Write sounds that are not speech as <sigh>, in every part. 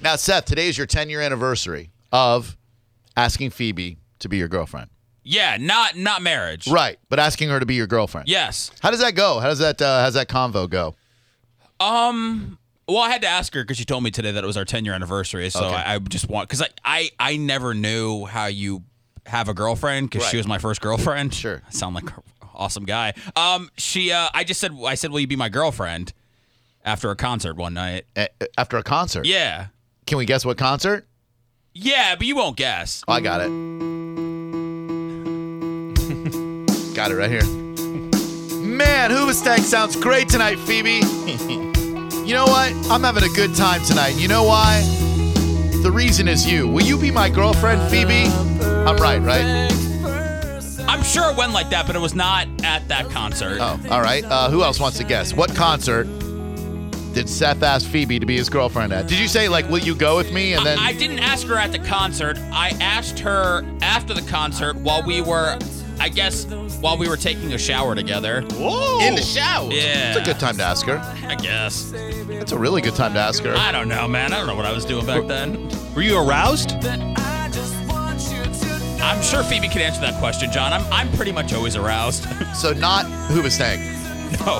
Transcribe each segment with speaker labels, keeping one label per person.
Speaker 1: Now, Seth, today is your 10 year anniversary of asking Phoebe to be your girlfriend.
Speaker 2: Yeah, not not marriage.
Speaker 1: Right, but asking her to be your girlfriend.
Speaker 2: Yes.
Speaker 1: How does that go? How does that uh, how's that convo go?
Speaker 2: Um. Well, I had to ask her because she told me today that it was our 10 year anniversary. So
Speaker 1: Okay.
Speaker 2: I, I just want because I, I I never knew how you have a girlfriend because
Speaker 1: Right.
Speaker 2: she was my first girlfriend.
Speaker 1: Sure.
Speaker 2: I sound like an awesome guy. Um. She. Uh. I just said. I said, "Will you be my girlfriend?" After a concert one night.
Speaker 1: A- after a concert?
Speaker 2: Yeah.
Speaker 1: Can we guess what concert?
Speaker 2: Yeah, but you won't guess.
Speaker 1: Oh, I got it. got it right here. Man, Hoobastank sounds great tonight, Phoebe. <laughs> you know what? I'm having a good time tonight. You know why? The reason is you. Will you be my girlfriend, Phoebe? I'm right, right?
Speaker 2: I'm sure it went like that, but it was not at that concert.
Speaker 1: Oh, all right. Uh, who else wants to guess? What concert did Seth ask Phoebe to be his girlfriend at? Did you say, like, will you go with me? And then.
Speaker 2: I, I didn't ask her at the concert. I asked her after the concert while we were, I guess, while we were taking a shower together.
Speaker 1: in the shower.
Speaker 2: Yeah.
Speaker 1: It's a good time to ask her.
Speaker 2: I guess.
Speaker 1: It's a really good time to ask her.
Speaker 2: I don't know, man. I don't know what I was doing back then.
Speaker 3: Were you aroused?
Speaker 2: I'm sure Phoebe can answer that question, John. I'm, I'm pretty much always aroused. <laughs>
Speaker 1: So not Hoobastank.
Speaker 2: no.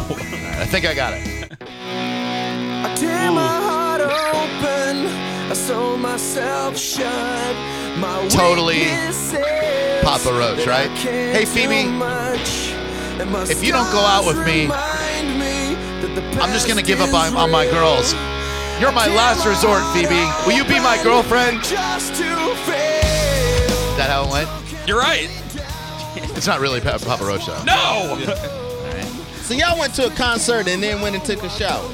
Speaker 1: I think I got it.
Speaker 4: I tear my heart open. I sold myself shut. My
Speaker 1: Totally
Speaker 4: weakness is
Speaker 1: Papa Roach,
Speaker 4: that
Speaker 1: right?
Speaker 4: I can't
Speaker 1: Hey, Phoebe,
Speaker 4: do much, and my
Speaker 1: if you don't go out with me,
Speaker 4: scars remind me that the
Speaker 1: I'm just gonna
Speaker 4: past
Speaker 1: give up
Speaker 4: is
Speaker 1: on, on my
Speaker 4: real.
Speaker 1: girls. You're my
Speaker 4: Tear
Speaker 1: last resort,
Speaker 4: heart
Speaker 1: Phoebe. Will you be my
Speaker 4: open
Speaker 1: girlfriend? Is
Speaker 4: Just to fail.
Speaker 1: that how it went?
Speaker 2: You're right.
Speaker 1: It's not really Pa- Papa Roach though.
Speaker 2: No.
Speaker 5: So y'all went to a concert and then went and took a shower.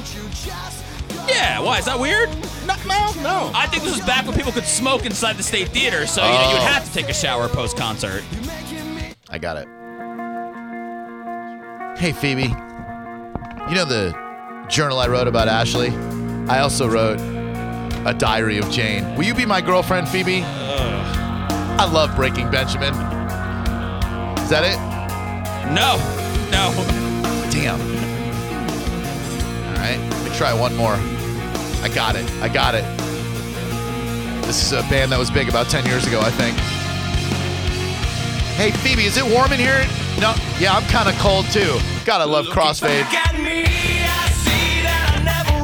Speaker 2: Yeah. Why? Is that weird?
Speaker 5: No, no, no.
Speaker 2: I think this was back when people could smoke inside the state theater, so you know,
Speaker 3: Oh.
Speaker 2: you would have to take a shower post concert.
Speaker 1: I got it. Hey Phoebe, you know the journal I wrote about Ashley? I also wrote a diary of Jane. Will you be my girlfriend, Phoebe? I love Breaking Benjamin. Is that it?
Speaker 2: No. No.
Speaker 1: Damn. All right, let me try one more. I got it. I got it. This is a band that was big about 10 years ago, I think. Hey, Phoebe, is it warm in here? No. Yeah, I'm kind of cold too. God, I love crossfade.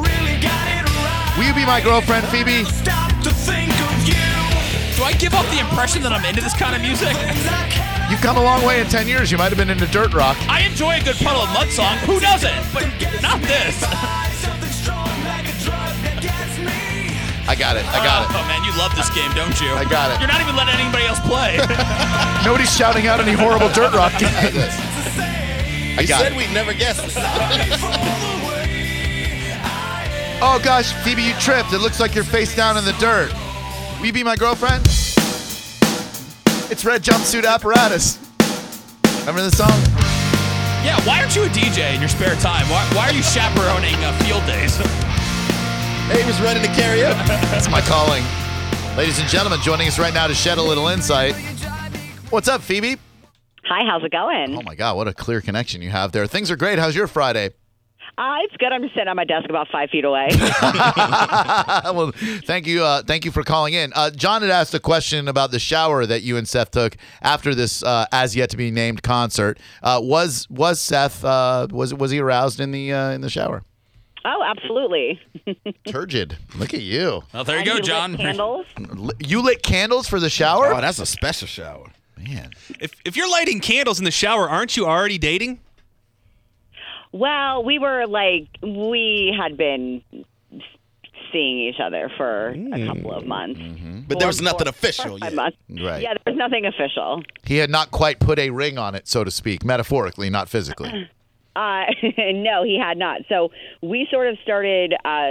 Speaker 1: Will you be my girlfriend, Phoebe?
Speaker 2: Do I give off the impression that I'm into this kind of music?
Speaker 1: You've come a long way in 10 years. You might have been into dirt rock.
Speaker 2: I enjoy a good puddle of mud song. Who doesn't? But not this.
Speaker 1: I got it. I got it.
Speaker 2: Oh man, you love this game, don't you?
Speaker 1: I got it.
Speaker 2: You're not even letting anybody else
Speaker 1: <laughs>
Speaker 2: play.
Speaker 1: Nobody's shouting out any horrible dirt <laughs> rock games. I
Speaker 5: You
Speaker 1: got it.
Speaker 5: said we'd never guess it.
Speaker 1: <laughs> Oh gosh, Phoebe, you tripped. It looks like you're face down in the dirt. Will you be my girlfriend? It's Red Jumpsuit Apparatus. Remember the song?
Speaker 2: yeah, why aren't you a DJ in your spare time? Why, why are you chaperoning uh, field days?
Speaker 5: Hey, he was running the karaoke.
Speaker 1: That's my calling. Ladies and gentlemen, joining us right now to shed a little insight. What's up, Phoebe?
Speaker 6: Hi, how's it going?
Speaker 1: Oh my God, what a clear connection you have there. Things are great. How's your Friday?
Speaker 6: Uh, it's good. I'm just sitting on my desk about five
Speaker 1: <laughs>
Speaker 6: feet away.
Speaker 1: well, thank you, uh, thank you for calling in. Uh, John had asked a question about the shower that you and Seth took after this uh, as yet to be named concert. Uh, was was Seth uh, was was he aroused in the uh, in the shower?
Speaker 6: oh, absolutely.
Speaker 1: Turgid. Look at you.
Speaker 2: Well, there you
Speaker 6: And
Speaker 2: go,
Speaker 6: lit
Speaker 1: <laughs>
Speaker 2: John.
Speaker 6: Candles.
Speaker 1: L- You lit candles for the shower,
Speaker 5: that's a special shower.
Speaker 1: man.
Speaker 3: If, if you're lighting candles in the shower, aren't you already dating?
Speaker 6: Well, we were like we had been seeing each other for a couple of months.
Speaker 5: But there was nothing official
Speaker 6: Four,
Speaker 5: yet.
Speaker 6: five months.
Speaker 1: Mm. Right.
Speaker 6: Yeah, there was nothing official.
Speaker 1: He had not quite put a ring on it, so to speak, metaphorically, not <laughs> physically.
Speaker 6: Uh, <laughs> no, he had not. So we sort of started uh,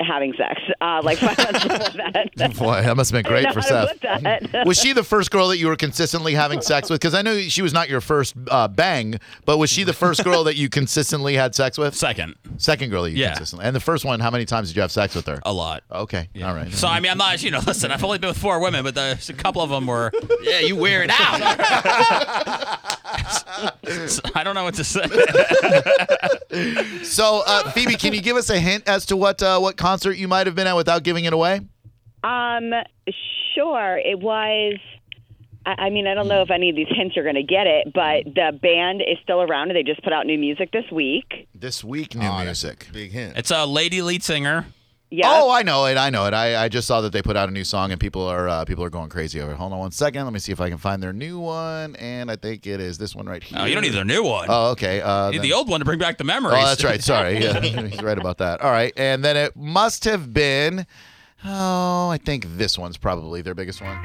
Speaker 6: having sex. Uh,
Speaker 1: <laughs>
Speaker 6: like <laughs> five months before that.
Speaker 1: Boy, that must have been great for
Speaker 6: How
Speaker 1: Seth.
Speaker 6: to put that.
Speaker 1: was she the first girl that you were consistently having sex with? Because I know she was not your first uh, bang, but was she the first girl that you consistently had sex with?
Speaker 2: Second,
Speaker 1: Second girl that you
Speaker 2: Yeah.
Speaker 1: consistently. And the first one, how many times did you have sex with her?
Speaker 2: a lot.
Speaker 1: Okay. All right.
Speaker 2: So I mean, I'm not. You know, <laughs> listen, I've only been with four women, but there's a couple of them were.
Speaker 5: <laughs> Yeah, you wear it
Speaker 2: <laughs>
Speaker 5: out.
Speaker 2: I don't know what to say.
Speaker 1: So, uh, Phoebe, can you give us a hint as to what uh, what concert you might have been at without giving it away?
Speaker 6: Um, sure. It was. I I mean, I don't know if any of these hints are going to get it, but the band is still around and they just put out new music this week.
Speaker 1: This week, new
Speaker 5: Aw, that's
Speaker 1: music.
Speaker 5: a Big hint.
Speaker 2: It's a lady lead singer.
Speaker 6: Yeah.
Speaker 1: Oh, I know it. I know it. I, I just saw that they put out a new song and people are uh, people are going crazy over it. Hold on one second. Let me see if I can find their new one. And I think it is this one right here.
Speaker 2: Oh, you don't need the new one.
Speaker 1: Oh, okay. Uh,
Speaker 2: you need
Speaker 1: then-
Speaker 2: the old one to bring back the memories.
Speaker 1: Oh, that's right. Sorry. Yeah, he's right about that. All right. And then it must have been. Oh, I think this one's probably their biggest one.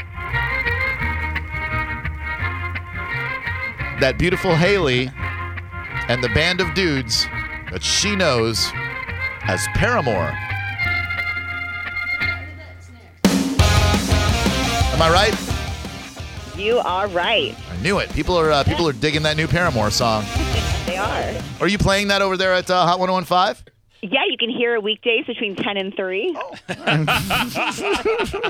Speaker 1: That beautiful Haley and the band of dudes that she knows as Paramore. Am I right?
Speaker 6: You are right.
Speaker 1: I knew it. People are uh, people are digging that new Paramore song.
Speaker 6: They are.
Speaker 1: Are you playing that over there at uh, Hot 101.5?
Speaker 6: Yeah, you can hear it weekdays between 10 and 3.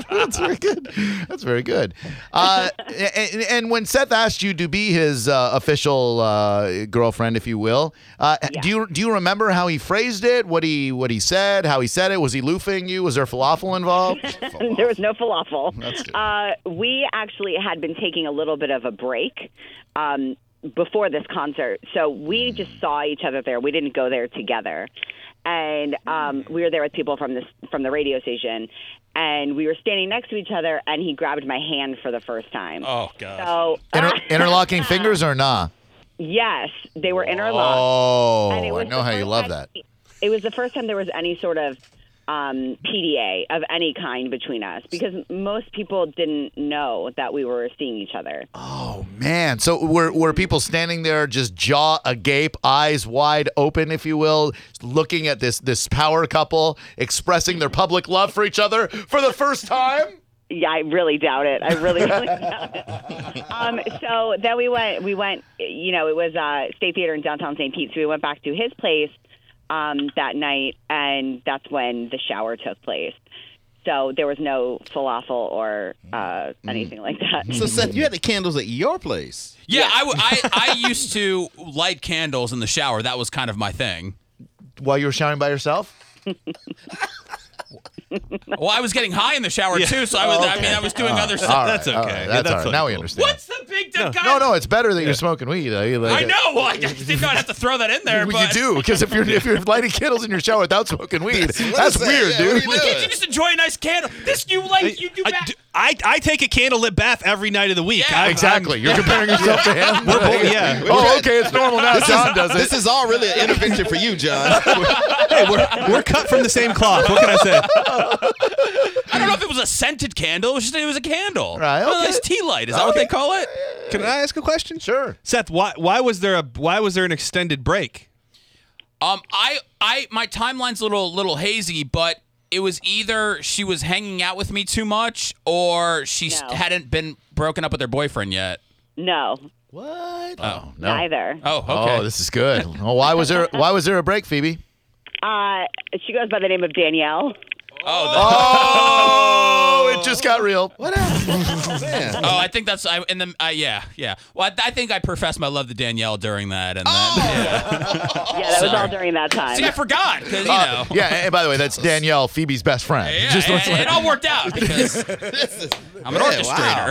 Speaker 1: That's very good. That's very good. Uh, and, and when Seth asked you to be his uh, official uh, girlfriend, if you will, uh, do you do you remember how he phrased it? What he what he said? How he said it? Was he loofing you? Was there falafel involved?
Speaker 6: there was <laughs> no falafel.
Speaker 1: That's good.
Speaker 6: Uh, we actually had been taking a little bit of a break um, before this concert, so we just saw each other there. We didn't go there together, and um, we were there with people from this from the radio station, and we were standing next to each other. And he grabbed my hand for the first time.
Speaker 2: <laughs> Oh god.
Speaker 6: So
Speaker 1: Inter- interlocking fingers or nah?
Speaker 6: <laughs> yes, they were interlocked.
Speaker 1: Oh,
Speaker 6: And it
Speaker 1: I
Speaker 6: was
Speaker 1: know
Speaker 6: the
Speaker 1: how you
Speaker 6: first
Speaker 1: love
Speaker 6: time-
Speaker 1: that.
Speaker 6: It was the first time there was any sort of um, PDA of any kind between us because most people didn't know that we were seeing each other.
Speaker 1: Oh man! So were were people standing there, just jaw agape, eyes wide open, if you will, looking at this this power couple expressing their public love for each other for the first time?
Speaker 6: Yeah, I really doubt it. I really, <laughs> really doubt it. Um, so then we went, we went, you know, it was uh, State Theater in downtown St. Pete. So we went back to his place um, that night, and that's when the shower took place. So there was no falafel or uh,
Speaker 1: Mm-hmm.
Speaker 6: anything like that.
Speaker 5: So Seth, you had the candles at your place.
Speaker 2: Yeah, I, w- I I used to light candles in the shower. That was kind of my thing.
Speaker 1: While you were shouting by yourself?
Speaker 2: Well, I was getting high in the shower too, so I was. I mean, I was doing other stuff.
Speaker 1: All
Speaker 3: That's
Speaker 1: right, all
Speaker 3: okay.
Speaker 1: right,
Speaker 3: Yeah,
Speaker 1: that's
Speaker 3: that's
Speaker 1: all right.
Speaker 3: totally
Speaker 1: Now we
Speaker 3: cool.
Speaker 1: understand.
Speaker 2: What's the big deal?
Speaker 1: No, no, it's better that you're smoking weed. though. You like-
Speaker 2: I know. I just did not have to throw that in there.
Speaker 1: Well, you
Speaker 2: but
Speaker 1: do because if you're if you're lighting candles in your shower without smoking weed, that's,
Speaker 5: that?
Speaker 1: weird,
Speaker 5: Yeah, what are
Speaker 1: dude.
Speaker 5: you
Speaker 2: Well, can't you just enjoy a nice candle? This you like? You do.
Speaker 3: I,
Speaker 2: back-
Speaker 3: do- I, I take a candlelit bath every night of the week.
Speaker 2: Yeah.
Speaker 3: I-
Speaker 1: Exactly. You're comparing yourself to him.
Speaker 3: We're both- yeah.
Speaker 1: Oh, okay. It's normal now. John does it.
Speaker 5: This is all really an intervention for you, John.
Speaker 3: I'm- hey, we're, we're cut from the same cloth. What can I say?
Speaker 2: I don't know if it was a scented candle. It was just it was a candle.
Speaker 1: Right,
Speaker 2: Well,
Speaker 1: okay.
Speaker 2: it's tea light. Is that what they call it?
Speaker 3: Can I ask a question?
Speaker 1: sure.
Speaker 3: Seth, why why was there a why was there an extended break?
Speaker 2: Um, I, I, my timeline's a little, little hazy, but it was either she was hanging out with me too much, or she s-
Speaker 6: No.
Speaker 2: hadn't been broken up with her boyfriend yet.
Speaker 6: No,
Speaker 1: What? Oh no.
Speaker 6: neither.
Speaker 2: Oh, okay.
Speaker 1: Oh, this is good. Oh, why was there why was there a break, Phoebe?
Speaker 6: Uh, she goes by the name of Danielle.
Speaker 2: oh, the-
Speaker 1: Oh, it just got real. What happened?
Speaker 5: Man.
Speaker 2: oh, I think that's I and then I yeah yeah. Well, I, I think I professed my love to Danielle during that, and then yeah.
Speaker 6: Yeah, that was
Speaker 2: Oh, Sorry.
Speaker 6: all during that time.
Speaker 2: see I forgot because you
Speaker 1: Uh,
Speaker 2: know
Speaker 1: yeah, and by the way, that's Danielle, Phoebe's best friend.
Speaker 2: yeah,
Speaker 1: Just
Speaker 2: it,
Speaker 1: looks like-
Speaker 2: it all
Speaker 1: <laughs>
Speaker 2: worked out because I'm
Speaker 5: Yeah,
Speaker 2: an
Speaker 5: wow.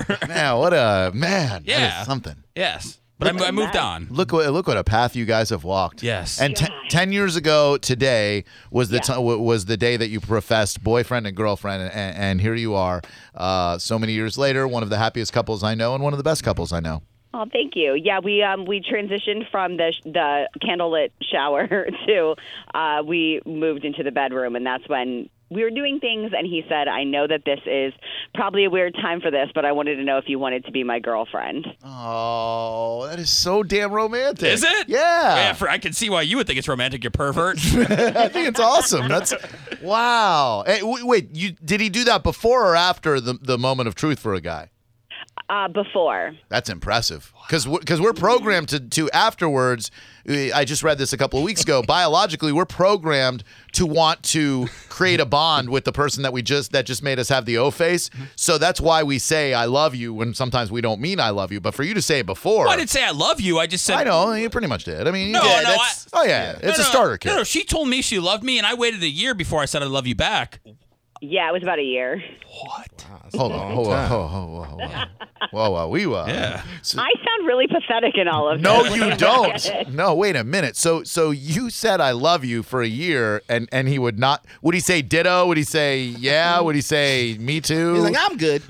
Speaker 2: orchestrator.
Speaker 1: Man, what a man. that is
Speaker 2: Yeah.
Speaker 1: something.
Speaker 2: <laughs> yes, but I, mo- I moved on.
Speaker 1: Look what look what a path you guys have walked.
Speaker 2: Yes.
Speaker 1: And ten, ten years ago today was the ti- w was the day that you professed boyfriend and girlfriend, and, and here you are, uh, so many years later, one of the happiest couples I know, and one of the best couples I know.
Speaker 6: Oh, thank you. Yeah, we um, we transitioned from the sh- the candlelit shower <laughs> to uh, we moved into the bedroom, and that's when we were doing things. And he said, "I know that this is probably a weird time for this, but I wanted to know if you wanted to be my girlfriend."
Speaker 1: Oh, that is so damn romantic.
Speaker 2: Is it?
Speaker 1: Yeah.
Speaker 2: Yeah, for, I can see why you would think it's romantic. You pervert.
Speaker 1: <laughs> I think it's awesome. That's wow. Hey, w- wait, you did he do that before or after the the moment of truth for a guy?
Speaker 6: uh, before.
Speaker 1: That's impressive. Because because we're programmed to, to afterwards. uh, I just read this a couple of weeks ago. biologically, we're programmed to want to create a bond with the person that we just that just made us have the O face. So that's why we say "I love you" when sometimes we don't mean "I love you." But for you to say it before,
Speaker 2: I didn't say I love you. I just said
Speaker 1: I know you pretty much did. I mean, you
Speaker 2: No,
Speaker 1: did.
Speaker 2: no,
Speaker 1: That's- oh yeah,
Speaker 2: No,
Speaker 1: it's a
Speaker 2: no,
Speaker 1: starter
Speaker 2: No, no,
Speaker 1: kit.
Speaker 2: she told me she loved me, and I waited a year before I said I love you back.
Speaker 6: Yeah, it was about a year.
Speaker 1: Hold on, hold on, hold on, hold on, hold on. Whoa, whoa, we were.
Speaker 2: Yeah.
Speaker 6: I sound really pathetic in all of
Speaker 1: No,
Speaker 6: this.
Speaker 1: you don't. No, wait a minute. So, so you said "I love you" for a year, and and he would not. Would he say "ditto"? Would he say "yeah"? Would he say "me too"?
Speaker 5: He's like, I'm good.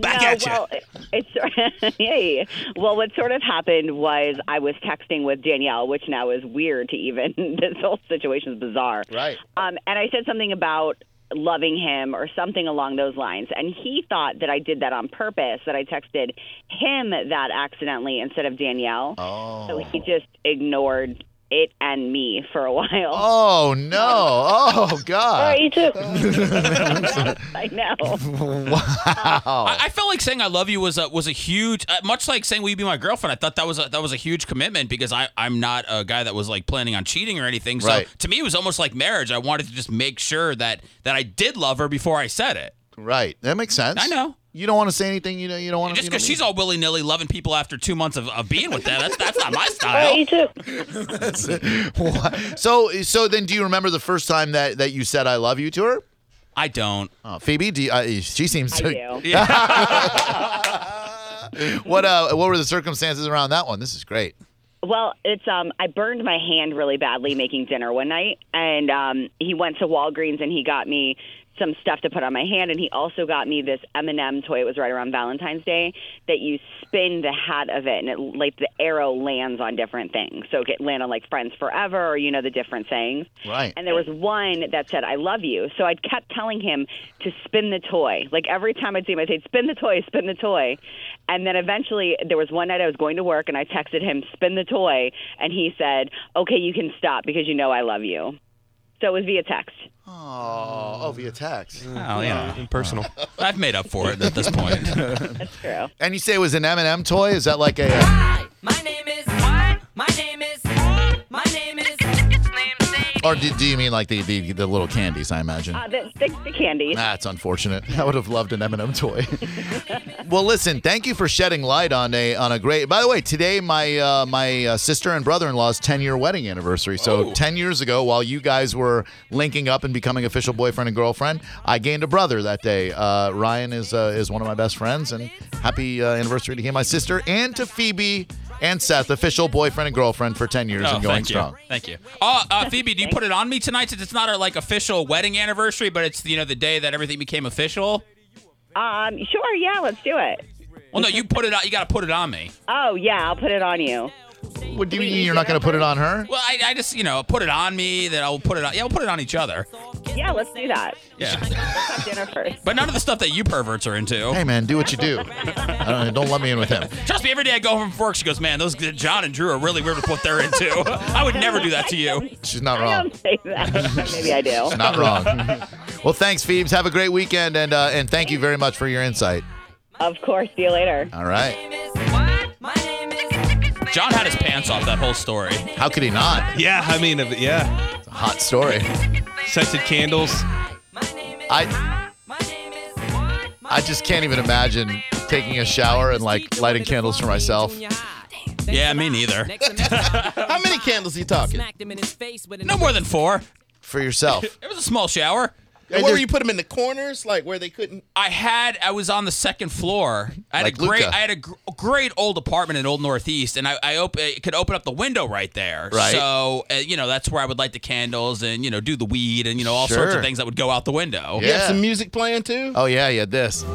Speaker 3: Back
Speaker 6: no,
Speaker 3: at you.
Speaker 6: Well, it- it's <laughs> hey. Well, what sort of happened was I was texting with Danielle, which now is weird to even. <laughs> this whole situation is bizarre.
Speaker 1: Right.
Speaker 6: Um, and I said something about loving him or something along those lines, and he thought that I did that on purpose. That I texted him that accidentally instead of Danielle. Oh. So he just ignored it and me for a while.
Speaker 1: oh no! Oh god!
Speaker 7: you
Speaker 6: <laughs>
Speaker 7: too.
Speaker 6: I know.
Speaker 1: Wow!
Speaker 2: I, I felt like saying I love you was a was a huge, uh, much like saying will you be my girlfriend. I thought that was a, that was a huge commitment because I I'm not a guy that was like planning on cheating or anything. So
Speaker 1: Right.
Speaker 2: to me, it was almost like marriage. I wanted to just make sure that that I did love her before I said it.
Speaker 1: Right. That makes sense.
Speaker 2: I know.
Speaker 1: You don't want to say anything. You know. You don't want to.
Speaker 2: Just because she's
Speaker 1: all.
Speaker 2: all willy nilly loving people after two months of, of being with them, that's that's
Speaker 1: <laughs>
Speaker 2: not my style.
Speaker 7: you too.
Speaker 2: <laughs>
Speaker 1: so so then, do you remember the first time that that you said "I love you" to her?
Speaker 2: I don't.
Speaker 1: Oh, Phoebe, do you, uh, she seems.
Speaker 6: I do.
Speaker 1: <laughs> what uh? What were the circumstances around that one? This is great.
Speaker 6: Well, it's um I burned my hand really badly making dinner one night and um he went to Walgreens and he got me some stuff to put on my hand and he also got me this M&M toy it was right around Valentine's Day that you spin the hat of it and it like the arrow lands on different things. So it could land on like friends forever or you know the different things.
Speaker 1: Right.
Speaker 6: And there was one that said, I love you. So I kept telling him to spin the toy. Like every time I'd see him, I'd say, spin the toy, spin the toy. And then eventually, there was one night I was going to work and I texted him, spin the toy. And he said, okay, you can stop because you know I love you. So it was via text.
Speaker 1: Oh, oh, via text.
Speaker 2: Well, you know,
Speaker 3: Impersonal.
Speaker 2: I've made up for it at this point.
Speaker 1: <laughs>
Speaker 6: That's true.
Speaker 1: And you say it was an M&M toy? Is that like a?
Speaker 8: My name is what? My name is my name is
Speaker 1: Or do, do you mean like the, the the little candies? I imagine.
Speaker 6: Uh, the, the, the candy.
Speaker 1: That's unfortunate. <laughs> I would have loved an M&M toy. <laughs> well, listen, thank you for shedding light on a on a great. By the way, today my uh, my uh, sister and brother-in-law's 10-year wedding anniversary.
Speaker 2: Oh.
Speaker 1: So 10 years ago, while you guys were linking up and becoming official boyfriend and girlfriend, I gained a brother that day. Uh, Ryan is uh, is one of my best friends, and happy uh, anniversary to him, my sister, and to Phoebe and Seth, official boyfriend and girlfriend for 10 years
Speaker 2: Oh,
Speaker 1: and going
Speaker 2: thank
Speaker 1: strong.
Speaker 2: You. Thank you. Oh, uh, Phoebe, do you put it on me tonight since it's not our like official wedding anniversary, but it's you know the day that everything became official?
Speaker 6: Um, sure, yeah, let's do it.
Speaker 2: Well, no, you put it on. You got to put it on me.
Speaker 6: Oh, yeah, I'll put it on you.
Speaker 1: What do you mean you're not going to put it on her?
Speaker 2: Well, I, I just you know put it on me. Then I'll put it on. Yeah, we'll put it on each other.
Speaker 6: Yeah, let's do that.
Speaker 2: Yeah.
Speaker 6: Let's have dinner first.
Speaker 2: But none of the stuff that you perverts are into.
Speaker 1: Hey man, do what you do. I don't, don't let me in with him.
Speaker 2: Trust me, every day I go home from work, she goes, "Man, those uh, John and Drew are really weird with what they're into." <laughs> I would never do that to you.
Speaker 1: She's not
Speaker 6: I
Speaker 1: wrong.
Speaker 6: don't say that. Maybe I
Speaker 1: <laughs>
Speaker 6: do.
Speaker 1: Not wrong. well, thanks, Phoebes. Have a great weekend, and uh, and thank you very much for your insight.
Speaker 6: Of course, see you later.
Speaker 1: All right.
Speaker 8: My name is
Speaker 2: John had his pants off that whole story.
Speaker 1: How could he not?
Speaker 3: Yeah, I mean, if- yeah.
Speaker 1: It's a hot story.
Speaker 3: Scented candles.
Speaker 1: I I just can't even imagine taking a shower and like lighting candles for myself.
Speaker 2: Yeah, me neither. <laughs>
Speaker 5: How many candles are you talking?
Speaker 2: No more than four.
Speaker 1: For yourself.
Speaker 2: It was a small shower.
Speaker 5: And
Speaker 1: there's-
Speaker 5: where you put them in the corners, like where they couldn't.
Speaker 2: I had I was on the second floor. I had
Speaker 1: Like
Speaker 2: a great
Speaker 1: Luca.
Speaker 2: I had a gr- great old apartment in Old Northeast, and I I, op- I could open up the window right there.
Speaker 1: Right.
Speaker 2: So uh, you know that's where I would light the candles and you know do the weed and you know all sorts
Speaker 1: Sure.
Speaker 2: of things that would go out the window.
Speaker 5: You have
Speaker 1: Yeah.
Speaker 5: some music playing too.
Speaker 1: Oh yeah, yeah. This.
Speaker 2: I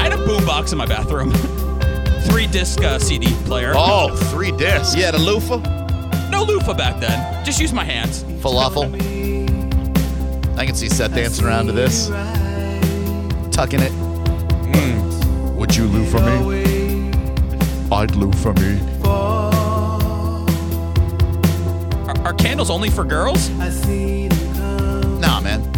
Speaker 2: had a boombox in my bathroom, <laughs> three disc uh, CD player.
Speaker 1: Oh, three discs.
Speaker 5: You had a loofah.
Speaker 2: No loofah back then. Just use my hands.
Speaker 1: Falafel. I can see Seth dancing around to this, tucking it. Mm. Would you loo for me? I'd loo for me.
Speaker 2: Are, are candles only for girls?
Speaker 1: Nah, man.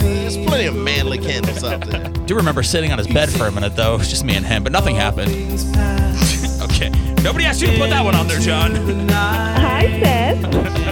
Speaker 5: There's plenty of manly candles out there.
Speaker 2: do remember sitting on his bed for a minute though. It was just me and him, but nothing <laughs> happened. okay. Nobody asked you to put that one on there, John.
Speaker 6: Hi, sis.